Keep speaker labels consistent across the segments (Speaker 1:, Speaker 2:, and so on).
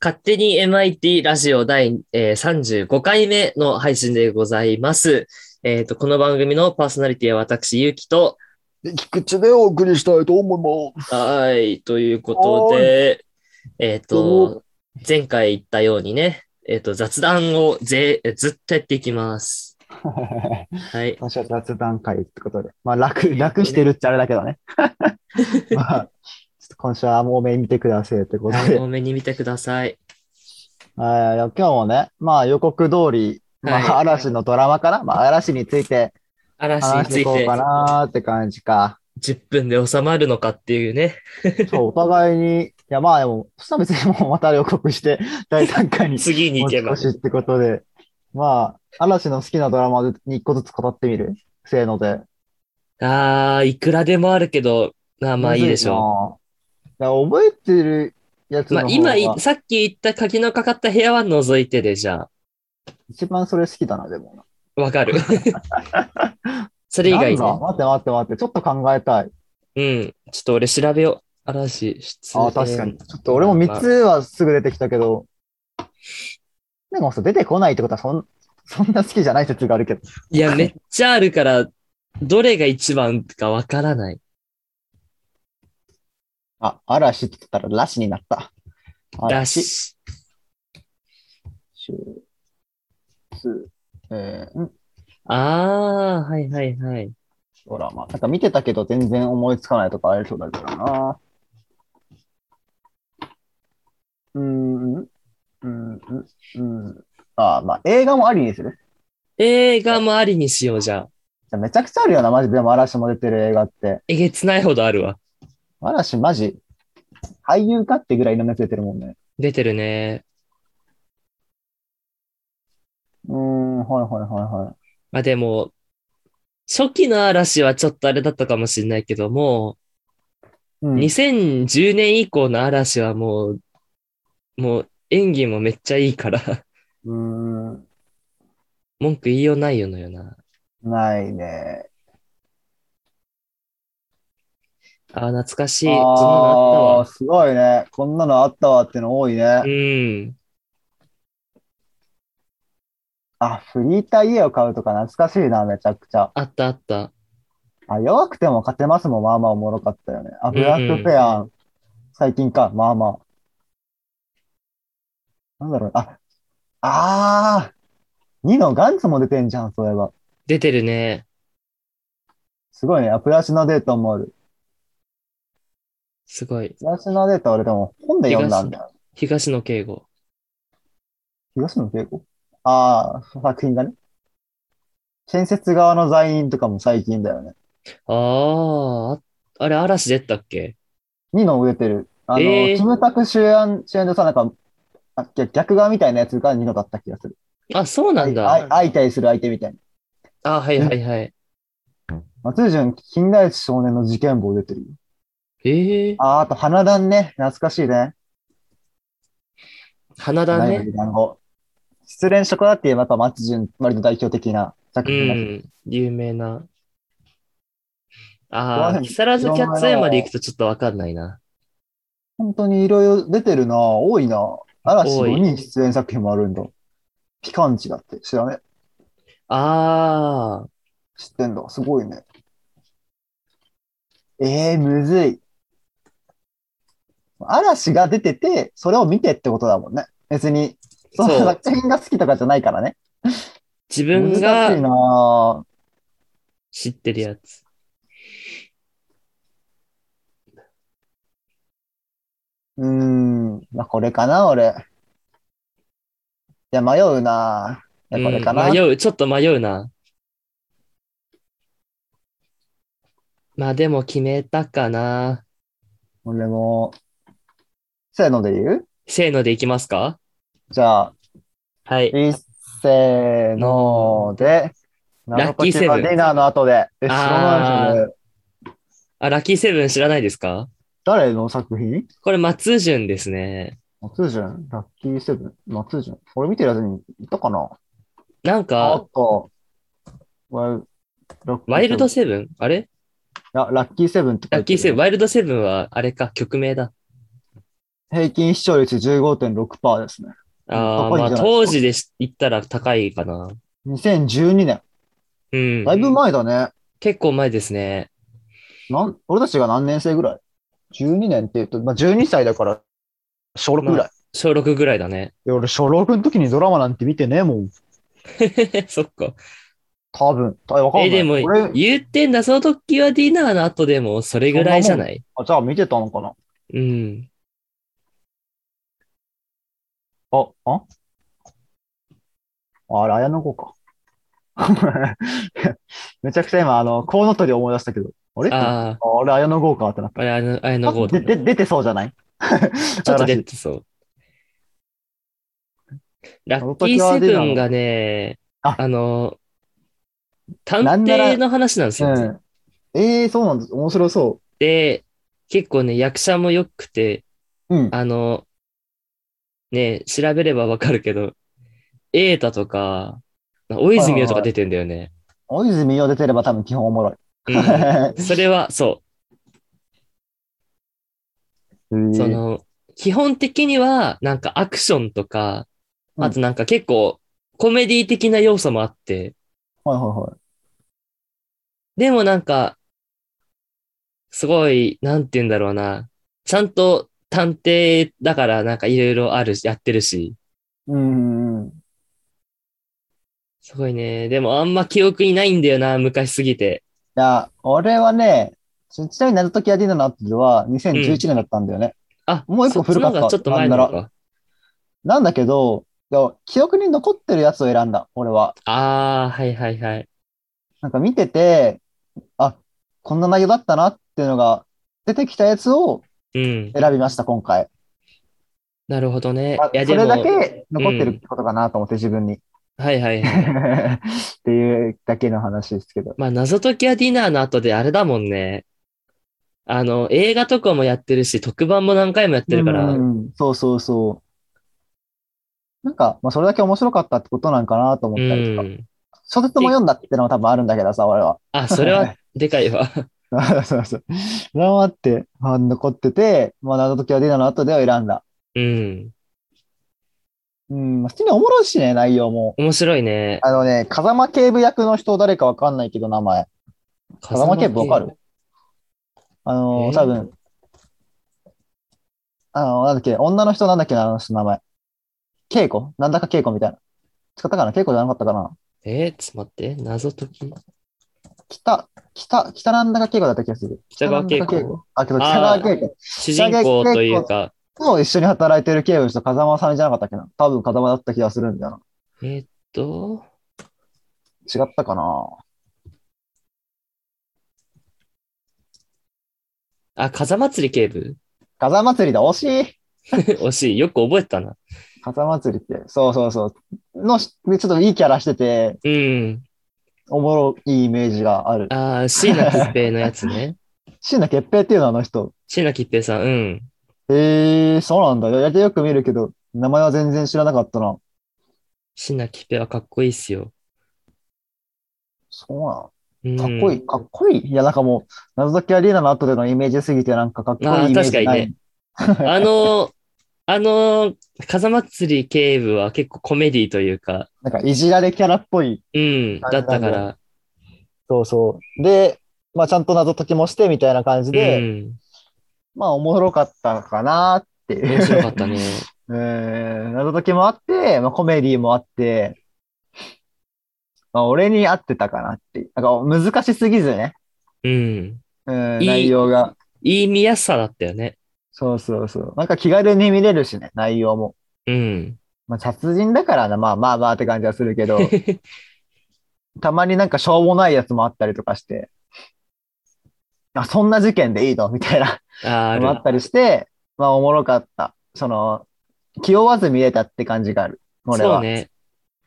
Speaker 1: 勝手に MIT ラジオ第、えー、35回目の配信でございます。えっ、と、この番組のパーソナリティは私、ゆうきと、
Speaker 2: 菊池でお送りしたいと思います。
Speaker 1: はい、ということ で、えっ、と、前回言ったようにね、えっ、と、雑談をぜずっとやっていきます。はい。
Speaker 2: 私は雑談会ってことで。まあ楽、楽してるっちゃあれだけど ね。まあ、ちょっと今週はもう目見てくださいってことで。
Speaker 1: 多めに見てください。
Speaker 2: はい、いや今日もね、まあ予告通り、ま
Speaker 1: は
Speaker 2: あ
Speaker 1: い
Speaker 2: 嵐のドラマかな、まあ嵐について
Speaker 1: 嵐に
Speaker 2: 話し
Speaker 1: つ
Speaker 2: てい
Speaker 1: い
Speaker 2: こう
Speaker 1: て
Speaker 2: かなって感じか。
Speaker 1: 10分で収まるのかっていうね。
Speaker 2: そう、お互いに、いやまあでも、そしたら別にもうまた予告して、第3回 に
Speaker 1: 次に行
Speaker 2: 持ち
Speaker 1: けば
Speaker 2: 越。しってことで、まあ、嵐の好きなドラマに一個ずつ語ってみるせーので。
Speaker 1: あー、いくらでもあるけど、まあまあいいでしょ
Speaker 2: う。だから覚えてるやつ
Speaker 1: う。
Speaker 2: の
Speaker 1: まあ
Speaker 2: 方が
Speaker 1: 今い、さっき言った鍵のかかった部屋は除いてで、じゃあ、
Speaker 2: 一番それ好きだな、でも。
Speaker 1: わ かる。そ
Speaker 2: そ
Speaker 1: れ以外
Speaker 2: なんだ
Speaker 1: ね。
Speaker 2: 待って待って待って、ちょっと考えたい。
Speaker 1: うん。ちょっと俺調べよう。嵐出
Speaker 2: あ
Speaker 1: 演。
Speaker 2: あ、確かに。。ちょっと俺も3つはすぐ出てきたけど、でもさ、出てこないってことはそん、そんな好きじゃない説があるけど。
Speaker 1: いや、めっちゃあるから、どれが一番かわからない。
Speaker 2: あ、嵐って言ったら、ラシになった。
Speaker 1: だ。し。
Speaker 2: シュツえー、ん
Speaker 1: あー、はいはいはい。
Speaker 2: ドラマ。なんか見てたけど全然思いつかないとかありそうだからな。うーん、うーん、うーん。あーまあ映画もありにする。
Speaker 1: 映画もありにしよう、じゃあ。
Speaker 2: じゃあめちゃくちゃあるよな、マジで。でも嵐も出てる映画って。
Speaker 1: えげつないほどあるわ。
Speaker 2: 嵐マジ、俳優かってぐらいのやつ出てるもんね。
Speaker 1: 出てるね。
Speaker 2: うーん、はいはいはいはい。
Speaker 1: まあでも、初期の嵐はちょっとあれだったかもしれないけども、
Speaker 2: うん、
Speaker 1: 2010年以降の嵐はもう、もう演技もめっちゃいいから、
Speaker 2: うーん
Speaker 1: 文句言いようないよのよな。
Speaker 2: ないね。
Speaker 1: ああ、懐かしい。そんなのあ
Speaker 2: あ
Speaker 1: っ
Speaker 2: あ、すごいね。こんなのあったわっての多いね
Speaker 1: たわ。。うん。
Speaker 2: あ、フリーター家を買うとか懐かしいな、めちゃくちゃ。
Speaker 1: あったあった。
Speaker 2: あ、弱くても勝てますもん、まあまあおもろかったよね。あ、ブラックフェアン、最近か、まあまあ。なんだろう、あ、あー、2のガンツも出てんじゃん、そういえば。
Speaker 1: 出てるね。
Speaker 2: すごいね。あ、プラチナデータもある。
Speaker 1: すごい。
Speaker 2: プラチナデータ俺でも本で読んだんだよ。
Speaker 1: 東野敬吾。
Speaker 2: 東野圭吾ああ、作品だね。建設側の在員とかも最近だよね。
Speaker 1: ああ、あれ嵐出てたっけ
Speaker 2: 2の出てる。あの、
Speaker 1: えー
Speaker 2: キムタク主演、主演でさ、なんか、あ逆逆側みたいなやつが2のだった気がする。
Speaker 1: あ、そうなん
Speaker 2: あい
Speaker 1: だ。
Speaker 2: 相対する相手みたいな。
Speaker 1: あ、はいはいはい。
Speaker 2: 松潤、近代一少年の事件簿出てるよ。
Speaker 1: ええー、
Speaker 2: あー、あと、花壇ね。懐かしいね。
Speaker 1: 花だ
Speaker 2: ナイフ
Speaker 1: ね。
Speaker 2: に団子失恋ショコラティエはやっぱ松潤、割と代表的な作
Speaker 1: う
Speaker 2: 品だけど
Speaker 1: ん。有名な。ああ、
Speaker 2: ここら辺
Speaker 1: 木更津キャッツアイまで行くとちょっとわかんないな。
Speaker 2: 本当にいろいろ出てるな多いな嵐
Speaker 1: 多い
Speaker 2: 5人出演作品もあるんだ。ピカンチだって知らね
Speaker 1: ああ、
Speaker 2: 知ってんだ。すごいね。ええー、むずい。嵐が出てて、それを見てってことだもんね。別に、その
Speaker 1: そう。
Speaker 2: 作品が好きとかじゃないからね。
Speaker 1: 自
Speaker 2: 難
Speaker 1: 分
Speaker 2: しいな
Speaker 1: が
Speaker 2: ぁ
Speaker 1: 知ってるやつ。
Speaker 2: うーん。まあ、これかな、俺。いや、迷うなぁいや、これかな。
Speaker 1: うん迷う、ちょっと迷うな。まあでも決めたかな。
Speaker 2: 俺も、せーので言う
Speaker 1: せーのでいきますか
Speaker 2: じゃあ、
Speaker 1: はい。
Speaker 2: いっせーので、
Speaker 1: ラッキーセブン
Speaker 2: ナノコチはディナーの後で。え、知らないですね。
Speaker 1: あ、ラッキーセブン知らないですか
Speaker 2: 誰の作品
Speaker 1: これ松潤ですね。
Speaker 2: 松潤ラッキーセブン松潤俺見てるやつにいたかな
Speaker 1: なん
Speaker 2: あ
Speaker 1: か、
Speaker 2: と、ワイラッキーセブン
Speaker 1: ワイルドセブンあれ
Speaker 2: いやラッキーセブンって書
Speaker 1: ラッ
Speaker 2: い
Speaker 1: キ
Speaker 2: て
Speaker 1: ーセブン、
Speaker 2: ン。
Speaker 1: ワイルドセブンはあれか、曲名だ。
Speaker 2: 平均視聴率15.6%ですね。
Speaker 1: ああ、
Speaker 2: 高い
Speaker 1: まあ
Speaker 2: んじゃないですか
Speaker 1: 当時でし言ったら高いかな。
Speaker 2: 2012年。
Speaker 1: うん。
Speaker 2: だいぶ前だね。
Speaker 1: 結構前ですね。
Speaker 2: なん俺たちが何年生ぐらい ?12 年って言うと、まあ、12歳だから、小6ぐらい。
Speaker 1: まあ小6ぐらいだね。
Speaker 2: いや俺、小6の時にドラマなんて見てねえもん。
Speaker 1: そっか。
Speaker 2: 多分。たわかんない。
Speaker 1: え、でも
Speaker 2: 俺、
Speaker 1: 言ってんだ、その時はディナーの後でもそれぐらいじゃない
Speaker 2: あじゃあ見てたのかな
Speaker 1: うん。
Speaker 2: あ、ああれ、綾野剛か。 めちゃくちゃ今、あの、コウノトリ思い出したけど、あれあ
Speaker 1: ああ、
Speaker 2: 俺、綾野剛かってなっ
Speaker 1: あれ、あの、あれの方だ
Speaker 2: た。
Speaker 1: ね。
Speaker 2: で、で出てそうじゃない
Speaker 1: ちょっと
Speaker 2: 新し
Speaker 1: 出
Speaker 2: い
Speaker 1: てそう。ラ
Speaker 2: その
Speaker 1: ッキ
Speaker 2: 時
Speaker 1: ー
Speaker 2: は
Speaker 1: セ
Speaker 2: 出た
Speaker 1: ブ
Speaker 2: の
Speaker 1: ンがね、
Speaker 2: あ
Speaker 1: あの、探
Speaker 2: なんなら
Speaker 1: 偵の話なんですよ。
Speaker 2: うん。ええそうなんです。面白そ
Speaker 1: で、結構ね、役者も良くて、
Speaker 2: う。うん。
Speaker 1: あの、ね、調べればわかるけど、瑛太とか、大泉洋とか出てんだよね。
Speaker 2: 大泉洋出てれば多分基本おもろい。
Speaker 1: うんそれは、そう。 その、基本的には、なんかアクションとか、
Speaker 2: うん
Speaker 1: あとなんか結構、コメディ的な要素もあって、
Speaker 2: はいはいはい。
Speaker 1: でもなんか、すごい、なんて言うんだろうな、ちゃんと探偵だからなんかいろいろあるし、やってるし、
Speaker 2: うんうん
Speaker 1: すごいね。でもあんま記憶にないんだよな、昔すぎて。
Speaker 2: いや、俺はね、ちちなみに謎解きアディナの後では2011年だったんだよね。
Speaker 1: あ、
Speaker 2: もう一個古かっ
Speaker 1: そっちの方
Speaker 2: た
Speaker 1: がちょっと前なの
Speaker 2: な
Speaker 1: か。
Speaker 2: なんだけど、いや記憶に残ってるやつを選んだ、俺は。
Speaker 1: ああ、はいはいはい。
Speaker 2: なんか見てて、あ、こんな内容だったなっていうのが出てきたやつを
Speaker 1: うん。
Speaker 2: 選びました、今回。
Speaker 1: なるほどね
Speaker 2: あ。
Speaker 1: いや、
Speaker 2: そ
Speaker 1: で
Speaker 2: れだ
Speaker 1: も、
Speaker 2: け残ってるってことかなと思って、自分に。
Speaker 1: はいはいはい。
Speaker 2: っていうだけの話ですけど。
Speaker 1: まあ、謎解きはディナーの後であれだもんね。あの、映画とかもやってるし、特番も何回もやってるから。
Speaker 2: う、
Speaker 1: うん
Speaker 2: そうそうそう。なんか、まあ、それだけ面白かったってことなんかなと思ったりとか。
Speaker 1: ん。
Speaker 2: 小説も読んだってのは多分あるんだけどさ、俺は。
Speaker 1: あ、それはでかいわ。
Speaker 2: そうそう。それもあって、まあ、残ってて、まあ、謎解きはディナーの後では選んだ。
Speaker 1: うん。
Speaker 2: うん、まあ普通におもろいしね、内容も。
Speaker 1: 面白いね。
Speaker 2: あのね、風間警部役の人誰かわかんないけど、名前。風間警部わかるあの
Speaker 1: え
Speaker 2: ー、
Speaker 1: ー
Speaker 2: 多分、あのー、なんだっけ、女の人なんだっけな、あの人の名前。稽古なんだか稽古みたいな。使ったかな稽古じゃなかったかな
Speaker 1: えー、ちょっと待って。謎解き
Speaker 2: 北、北、北なんだか稽古だった気がする。
Speaker 1: 北川景
Speaker 2: なんだ
Speaker 1: 子
Speaker 2: か稽古。あ、けど北川稽古
Speaker 1: 主人公というか、
Speaker 2: と一緒に働いてる警部の人、風間さんじゃなかったっけな多分風間だった気がするんだよ
Speaker 1: えーっと、
Speaker 2: な。違ったかな
Speaker 1: あ、風祭り警部
Speaker 2: 風祭りだ、惜しい
Speaker 1: 惜しい。よく覚えてたな。
Speaker 2: 風祭りって、そうそうそう。のし、ちょっといいキャラしてて、
Speaker 1: うん。
Speaker 2: おもろいイメージがある。
Speaker 1: あー、椎名桔平のやつ ね。
Speaker 2: 椎名桔平っていうのはあの人。
Speaker 1: 椎名桔平さん、うん。
Speaker 2: へえー、そうなんだ。やりよく見るけど、名前は全然知らなかったな。
Speaker 1: 椎名桔平はかっこいいっすよ。
Speaker 2: そうな
Speaker 1: うん
Speaker 2: のかっこいい、かっこいい。いや、なんかもう、謎解きアリーナの後でのイメージすぎて、なんかかっこいいイ
Speaker 1: あー
Speaker 2: メージ
Speaker 1: 確か
Speaker 2: な
Speaker 1: に
Speaker 2: い
Speaker 1: ね。あの、あの、風祭り警部は結構コメディというか、
Speaker 2: なんかいじられキャラっぽい。
Speaker 1: うん、だったか
Speaker 2: あ
Speaker 1: ら、
Speaker 2: そうそう。で、まあちゃんと謎解きもしてみたいな感じ
Speaker 1: う
Speaker 2: で、
Speaker 1: ん、
Speaker 2: まあおもろかったのかなっていう。
Speaker 1: 面白かった ね。
Speaker 2: えー、謎解きもあって、まあ、コメディもあって、まあ、俺に合ってたかなっていう。なんか難しすぎずね。
Speaker 1: うん。
Speaker 2: うん、
Speaker 1: いい
Speaker 2: 内容が。
Speaker 1: いい見やすさだったよね。
Speaker 2: そうそうそう。なんか気軽に見れるしね、内容も。
Speaker 1: うん。
Speaker 2: まあ、殺人だからな、まあまあまあって感じはするけど、たまになんかしょうもないやつもあったりとかして、あ、そんな事件でいいのみたいな
Speaker 1: あ
Speaker 2: のもあ
Speaker 1: ー
Speaker 2: ったりして、まあおもろかった。その、気負わず見れたって感じがある。
Speaker 1: ある。
Speaker 2: 俺
Speaker 1: そう
Speaker 2: は。
Speaker 1: ね。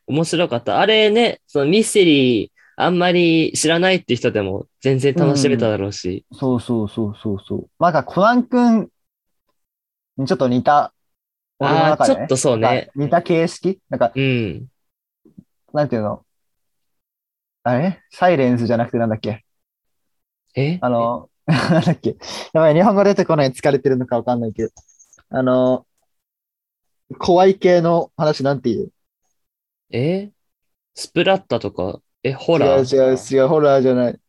Speaker 1: 面白かった。あれね、そのミステリー、あんまり知らないって人でも全然楽しめただろうし。
Speaker 2: そうそうそうそうそう。なんかコナン君にちょっと似た、俺の
Speaker 1: ああ、
Speaker 2: 中
Speaker 1: ち
Speaker 2: で
Speaker 1: ょ
Speaker 2: ね
Speaker 1: っとそう
Speaker 2: なん
Speaker 1: ね
Speaker 2: か。似た形式なんか、
Speaker 1: うん。
Speaker 2: なんていうのあれサイレンスじゃなくてなんだっけ
Speaker 1: え
Speaker 2: あの、なんだっけやばい、日本語出てこない疲れてるのかわかんないけど。あの、怖い系の話なんていう
Speaker 1: えスプラッタとか、え、ホ
Speaker 2: 違
Speaker 1: ラ
Speaker 2: う
Speaker 1: ー
Speaker 2: 違う違う、ホラーじゃない。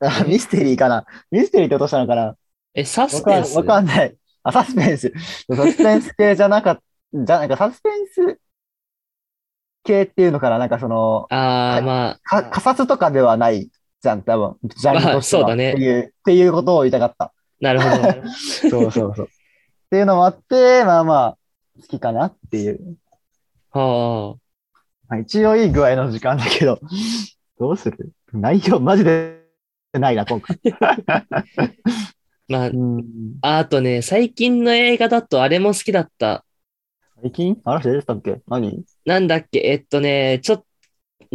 Speaker 2: あ、ミステリーかなミステリーってことしたのかな
Speaker 1: え、サ
Speaker 2: わ
Speaker 1: スペ
Speaker 2: か
Speaker 1: ン
Speaker 2: ん
Speaker 1: ス
Speaker 2: わかんない。あ、サスペンス。サスペンス系じゃなかった、じゃなんかサスペンス系っていうのから、なんかその、
Speaker 1: あ
Speaker 2: は
Speaker 1: あ、
Speaker 2: い
Speaker 1: まあ、
Speaker 2: か、仮殺とかではないじゃん、多分。ジャンルとしては
Speaker 1: まあそうだね
Speaker 2: っていう、っていうことを言いたかった。
Speaker 1: なる ほど。
Speaker 2: そうそうそう。っていうのもあって、まあまあ、好きかなっていう。
Speaker 1: はあ。
Speaker 2: まあ、一応いい具合の時間だけど、どうする内容マジでないな、今回。
Speaker 1: まあ、
Speaker 2: うん
Speaker 1: あとね、最近の映画だとあれも好きだった。
Speaker 2: 最近話出てたっけ何
Speaker 1: なんだっけ、えっとね、ちょっ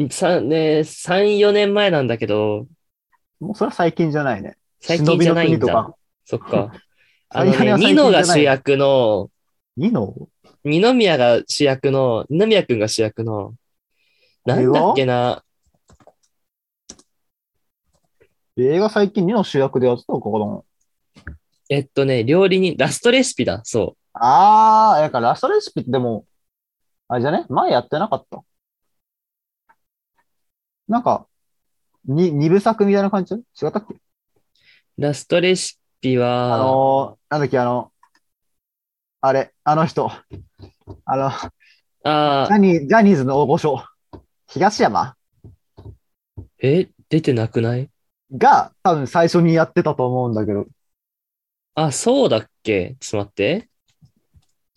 Speaker 1: さね、3、4年前なんだけど、
Speaker 2: もうそれは最近じゃないね。
Speaker 1: 最近じゃないん
Speaker 2: 忍びの
Speaker 1: だ。
Speaker 2: 国とか。
Speaker 1: そっ か。あの
Speaker 2: 最近
Speaker 1: ね、
Speaker 2: は最
Speaker 1: ニ
Speaker 2: 近じゃな
Speaker 1: ノ
Speaker 2: い
Speaker 1: が主役の、
Speaker 2: ニノ
Speaker 1: 二宮が主役の、二宮くんが主役の、なんだっけな、
Speaker 2: 映画最近ニノ主役でやってたのかな
Speaker 1: えっとね、料理人、ラストレシピだ、そ
Speaker 2: あー、なんかラストレシピってでも、あれじゃね前やってなかった。なんか、に、二部作みたいな感じ違ったっけ
Speaker 1: う。ラストレシピ
Speaker 2: あ
Speaker 1: は、
Speaker 2: のー、なんだっけ、あの、あれ、あの人。あの、ジ
Speaker 1: あ
Speaker 2: ャ
Speaker 1: あ、
Speaker 2: ニー、ジャニーズの大御所、東山
Speaker 1: え、出てなくない
Speaker 2: が多分最初にやってたと思うんだけど、
Speaker 1: あ、そうだっけちょっと待って。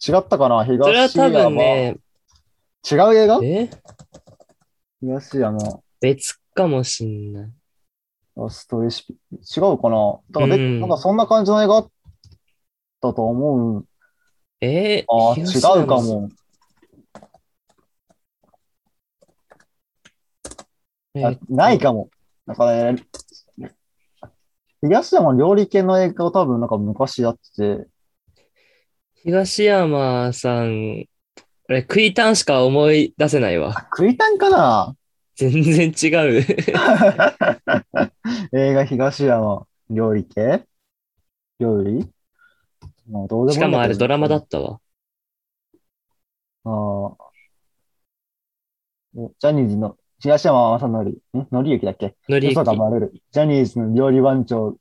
Speaker 2: 違ったかな
Speaker 1: それは
Speaker 2: 東
Speaker 1: 多
Speaker 2: 山。
Speaker 1: 分ね、
Speaker 2: 違う映画
Speaker 1: え
Speaker 2: 東山、
Speaker 1: 別かもしんない。
Speaker 2: ラストレシピ。違うかななんかで
Speaker 1: うん
Speaker 2: なんかそんな感じの映画だったと思う。
Speaker 1: えー、
Speaker 2: ああ、
Speaker 1: 東
Speaker 2: 違
Speaker 1: 山
Speaker 2: うか。も。
Speaker 1: え
Speaker 2: あ
Speaker 1: ー
Speaker 2: ないかも。なんかね、東山料理系の映画を多分なんか昔やってて、
Speaker 1: 東山さん、あれ、クイタンしか思い出せないわ。
Speaker 2: 食いたんかな
Speaker 1: 全然違う。
Speaker 2: 映画東山料理系料理もうどうでもいいんだけど
Speaker 1: しかもあれドラマだったわ。
Speaker 2: あーおジャニーズの、東山正則、ん則之だっけ
Speaker 1: のりゆき
Speaker 2: 嘘。がバレる。ジャニーズの料理番長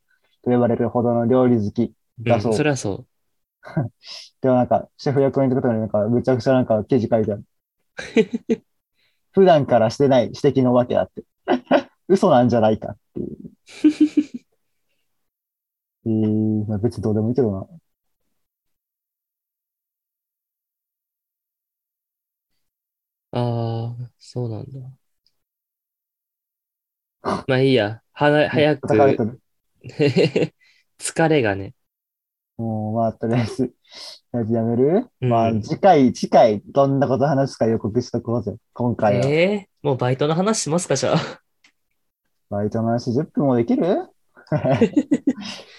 Speaker 2: と呼ばれるほどの料理好き
Speaker 1: う
Speaker 2: だ
Speaker 1: ん、
Speaker 2: そう。
Speaker 1: そりゃそう。
Speaker 2: でもなんか、シェフ役にとことになんか、むちゃくちゃなんか記事書いてある。普段からしてない指摘のわけだって。 嘘なんじゃないかっていう。えー、まあ、別にどうでもいいけどな。
Speaker 1: ああ、そうなんだ。まあいいや。はな、早く。
Speaker 2: 叩かれ てる。
Speaker 1: 疲れがね。
Speaker 2: もう、まあ、とりあえず、と りあえずやめる
Speaker 1: うん
Speaker 2: まあ、次回、次回、どんなこと話すか予告しとこうぜ。今回は。
Speaker 1: えー、もうバイトの話しますか、じゃあ。
Speaker 2: バイトの話10分もで きる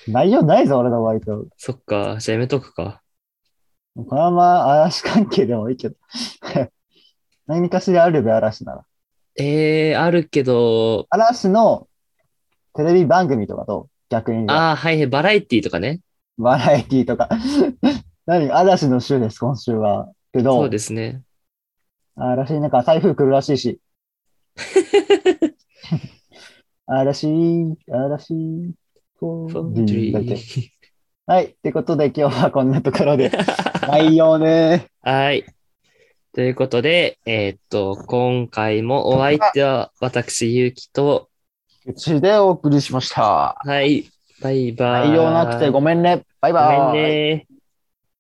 Speaker 2: 内容ないぞ、俺のバイト。
Speaker 1: そっか、じゃあやめとくか。
Speaker 2: このまま嵐関係でもいいけど。 何かしらあるべ、嵐なら。
Speaker 1: ええー、あるけど、
Speaker 2: 嵐のテレビ番組とかと逆に、
Speaker 1: ああ、はいはい、バラエティとかね。
Speaker 2: バラエティーとか。 何嵐の週です、今週は。けど、
Speaker 1: そうですね。
Speaker 2: 嵐、なんか台風来るらしい し。嵐、嵐、フォーリーだっけはい。ってことで今日はこんなところ で。内容ね。
Speaker 1: はい。ということで、えーっと、今回もお相手は私、ゆうきと、
Speaker 2: うちでお送りしました。
Speaker 1: はい、バイバイ。
Speaker 2: 内容なくてごめんね。バイバイ。
Speaker 1: ごめんね。